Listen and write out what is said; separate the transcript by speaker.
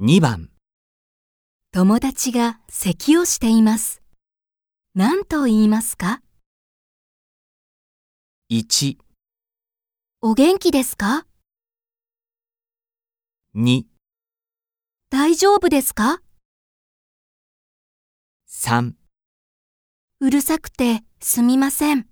Speaker 1: 2番、
Speaker 2: 友達が咳をしています。何と言いますか
Speaker 1: 1、
Speaker 2: お元気ですか
Speaker 1: 2、
Speaker 2: 大丈夫ですか
Speaker 1: 3。
Speaker 2: うるさくてすみません。